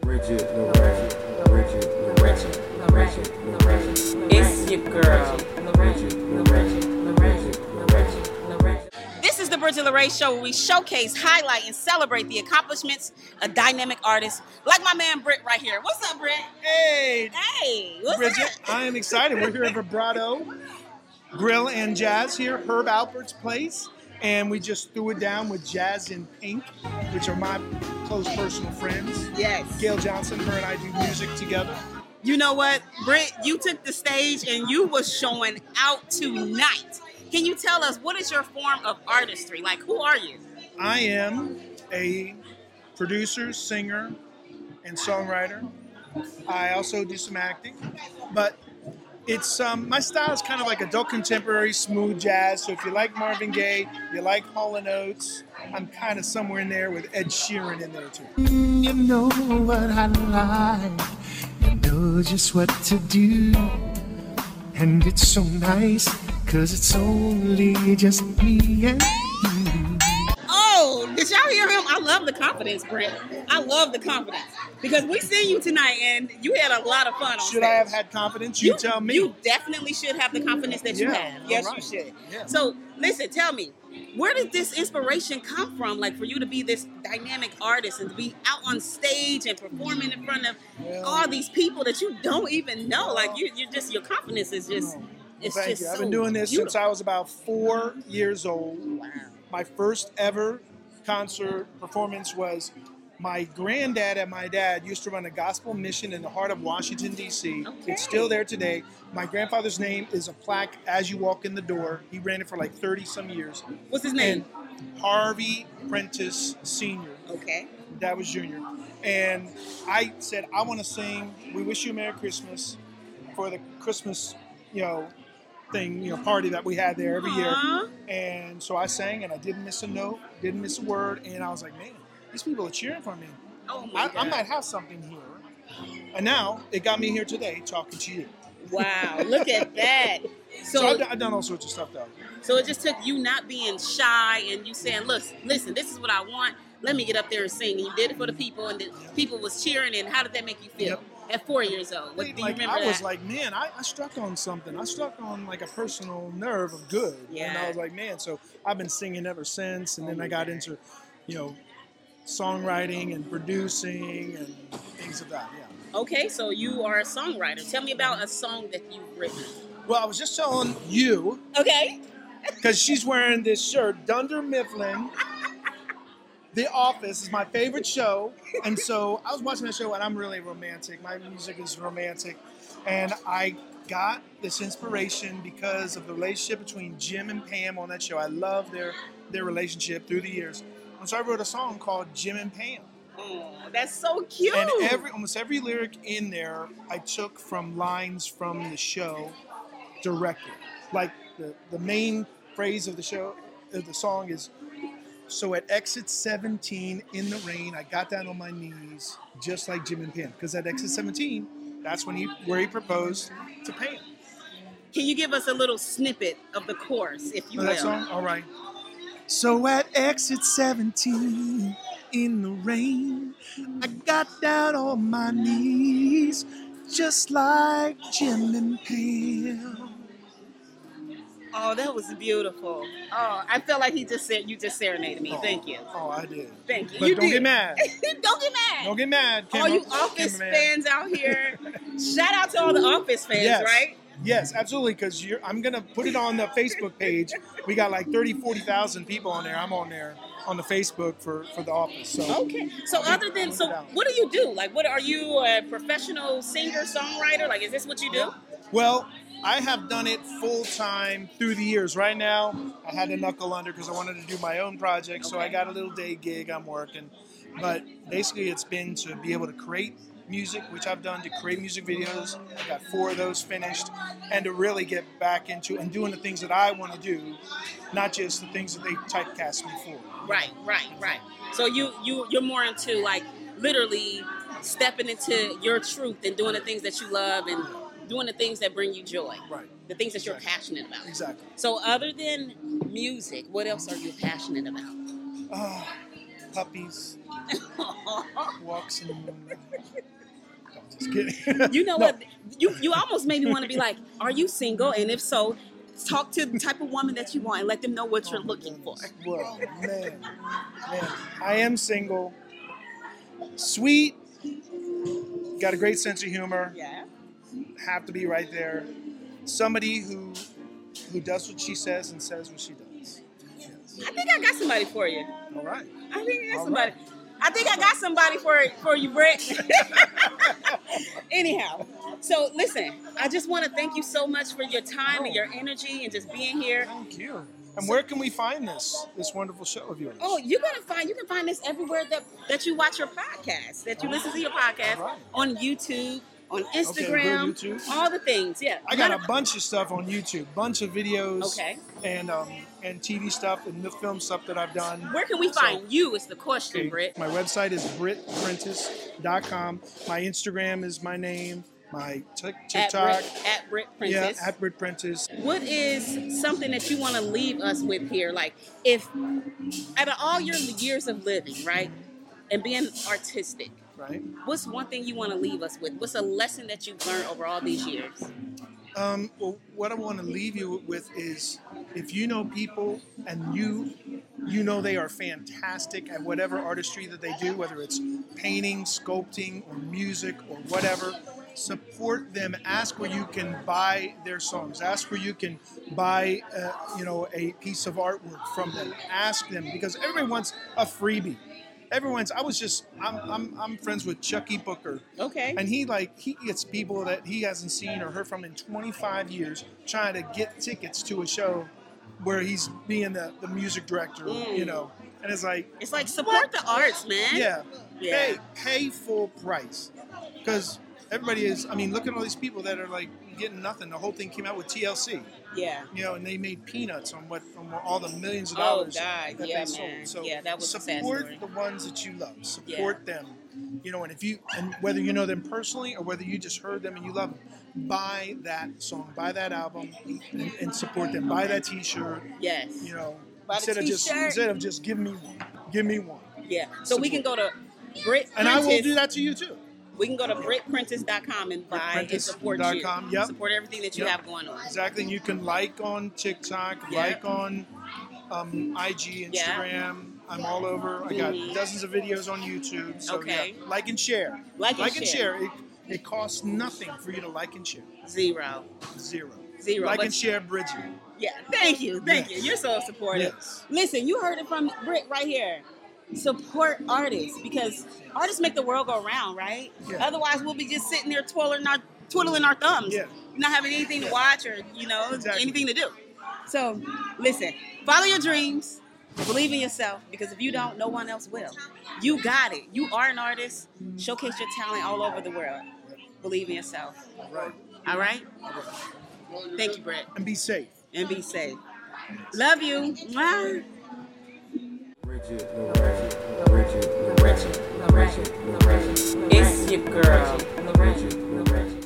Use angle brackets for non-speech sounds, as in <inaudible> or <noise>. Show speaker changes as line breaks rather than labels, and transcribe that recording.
Bridget Lorraine. Bridget Lorraine. Bridget Lorraine.
It's your girl.
Bridget Lorraine. Bridget Lorraine.
This is the Bridget LeRae Show where we showcase, highlight, and celebrate the accomplishments of dynamic artists like my man Britt right here. What's up, Britt?
Hey,
Hey, what's
Bridget,
up?
I am excited. We're here at Vibrato Grill and Jazz here, Herb Alpert's place. And we just threw it down with Jazz and Pink, which are my close personal friends.
Yes.
Gail Johnson, her and I do music together.
You know what, Britt? You took the stage and you was showing out tonight. Can you tell us what is your form of artistry? Like, who are you?
I am a producer, singer, and songwriter. I also do some acting, but it's um, my style is kind of like adult contemporary smooth jazz. So if you like Marvin Gaye, you like Hall and Oates, I'm kind of somewhere in there with Ed Sheeran in there too.
You know what I like. You know just what to do. And it's so nice, cause it's only just me and
Oh, did y'all hear him? I love the confidence, Britt. I love the confidence because we seen you tonight and you had a lot of fun on
Should I have
stage.
had confidence? You, tell me.
You definitely should have the confidence that you
Yeah,
have. Yes,
alright.
you should.
Yeah.
So, listen, tell me, where did this inspiration come from? Like for you to be this dynamic artist and to be out on stage and performing in front of
Well-
all these people that you don't even know. Like you, you're just your confidence is just. It's
Thank
just
you.
So
I've been doing this since
beautiful.
I was about four years old. My first ever concert performance was my granddad and my dad used to run a gospel mission in the heart of Washington, D.C.
Okay.
It's still there today. My grandfather's name is a plaque as you walk in the door. He ran it for like 30 some years.
What's his name?
And Harvey Prentice Sr.
okay.
That was Junior. And I said, I want to sing We Wish You a Merry Christmas for the Christmas, you know, thing, you know, party that we had there every year.
Aw.
And so I sang and I didn't miss a note, didn't miss a word. And I was like, man, these people are cheering for me.
Oh my
I,
god.
I might have something here. And now it got me here today talking to you.
Wow, look at
<laughs>
that.
So, I've,
So,
done- I've done all sorts of stuff though.
so it just took you not being shy and you saying, "Look, listen, this is what I want. Let me get up there and sing." And you did it for the people, and the people was cheering. And how did that make you feel at four years old? What, do you
like,
remember
I
that?
was like, man, I, I struck on something. I struck on like a personal nerve of good. And
Yeah.
I was like, man, so I've been singing ever since. And then I got into, you know, songwriting and producing and things of that. Yeah.
okay, so you are a songwriter. Tell me about a song that you've written.
Well, I was just telling you,
Okay.
because she's wearing this shirt, Dunder Mifflin. The Office is my favorite show. And so I was watching that show and I'm really romantic. My music is romantic. And I got this inspiration because of the relationship between Jim and Pam on that show. I love their their relationship through the years. And so I wrote a song called Jim and Pam.
Oh, that's so cute.
And every almost every lyric in there I took from lines from the show directly. Like the, the main phrase of the show of the song is so at exit 17 in the rain, I got down on my knees just like Jim and Pam. Because at exit 17, that's when he where he proposed to Pam.
Can you give us a little snippet of the chorus, if you
Know
will?
that song? All right. So at exit 17 in the rain, I got down on my knees just like Jim and Pam.
Oh, that was beautiful. Oh, I felt like he just said you just serenaded me. Thank you.
Oh, I did.
Thank you.
But
you
don't
did.
get mad.
<laughs> don't get mad.
Don't get mad.
all
camera-
you office
cameraman.
fans out here, shout out to all the office fans,
Yes.
right?
Yes, absolutely. Because you're, I'm gonna put it on the Facebook page. We got like 30, 40,000 people on there. I'm on there on the Facebook for for the office. So
Okay. So other than so, what do you do? Like, what are you a professional singer songwriter? Like, is this what you do?
Well, I have done it full time through the years. Right now, I had to knuckle under because I wanted to do my own project, so I
Okay.
got a little day gig I'm working. But basically, it's been to be able to create music, which I've done, to create music videos. I got four of those finished, and to really get back into and doing the things that I want to do, not just the things that they typecast me for.
Right, right, right. So you you you're more into like literally stepping into your truth and doing the things that you love and doing the things that bring you joy,
Right.
the things that you're
Exactly.
passionate about.
Exactly.
So other than music, what else are you passionate about? <laughs>
Oh, Ah, puppies, Walks in the moonlight. I'm
<laughs>
just kidding.
You know
No.
what? You you almost made me want to be like, are you single? And if so, talk to the type of woman that you want and let them know what you're looking for.
Well, man, man, I am single. Sweet. Got a great sense of humor.
Yeah.
Have to be right there. Somebody who who does what she says and says what she does.
I think I got somebody for you.
All right.
I think I got
All
somebody. I think I got somebody for for you, Brett. <laughs> Anyhow, so listen, I just want to thank you so much for your time and your energy and just being here.
Thank you. And where can we find this this wonderful show of yours?
Oh, you're gonna find you can find this everywhere that that you watch your podcast, that you listen to your podcast
Alright.
on YouTube, on
we'll do
Instagram,
YouTube.
all the things. Yeah,
I got a bunch of stuff on YouTube, bunch of videos,
Okay.
and um, and TV stuff and the film stuff that I've done.
Where can we find you? Is the question,
Okay,
Britt.
My website is brittprentice.com. My Instagram is my name. My Tik
At
TikTok,
Britt, at Britt
yeah,
Princess.
at Britt Prentice.
What is something that you want to leave us with here? Like, if out of all your years of living, right, and being artistic,
Right.
what's one thing you want to leave us with? What's a lesson that you've learned over all these years?
Um, well, what I want to leave you with is, if you know people and you you know they are fantastic at whatever artistry that they do, whether it's painting, sculpting, or music, or whatever, support them. Ask where you can buy their songs. Ask where you can buy, uh, you know, a piece of artwork from them. Ask them because everybody wants a freebie. Everyone's. I was just. I'm. I'm. I'm friends with Chucky Booker.
Okay.
And he like he gets people that he hasn't seen or heard from in 25 years trying to get tickets to a show where he's being the, the music director, you know. And it's like,
It's like support the arts, man.
yeah,
Yeah.
pay pay full price because everybody is. I mean, look at all these people that are like getting nothing. The whole thing came out with TLC,
Yeah.
you know, and they made peanuts on what on all the millions of
Oh,
dollars
God,
that
yeah,
they sold.
man.
So
Yeah, that was a sad
support
story.
the ones that you love. Support them. You know, and if you and whether you know them personally or whether you just heard them and you love them, buy that song, buy that album, and, and support them. Buy that T-shirt.
Yes.
You know,
Buy the
instead of just
T-shirt.
instead of just give me one, give me one,
Yeah. So we can go to Britt
and I will
Prentice-
do that to you too.
We can go to BrittPrentice.com and buy and support you.
BrittPrentice.com, yep.
Support everything that you
Yep.
have going on.
Exactly. And you can like on TikTok,
Yeah.
like on um, IG, Instagram.
Yeah.
I'm all over. I got
Mhm.
dozens of videos on YouTube. So
Okay.
yeah, like and share.
Like and share.
It, it costs nothing for you to like and share.
Zero.
Zero.
Zero.
Like
But-
and share, Bridget.
Yeah. Thank you. Thank you. You're so supportive.
Yes.
Listen, you heard it from Britt right here. Support artists because artists make the world go round, right?
Yeah.
Otherwise, we'll be just sitting there twirling our twiddling our thumbs,
Yeah.
not having anything to watch or you know
Exactly.
anything to do. So, listen, follow your dreams, believe in yourself because if you don't, no one else will. You got it. You are an artist. Showcase your talent all over the world. Believe in yourself.
All right.
All right. Thank you, Brett
And be safe.
and be safe. Love you. Mwah.
Richard, Richard, Richard, Richard, Richard, Richard.
It's your girl.
Richard, Richard.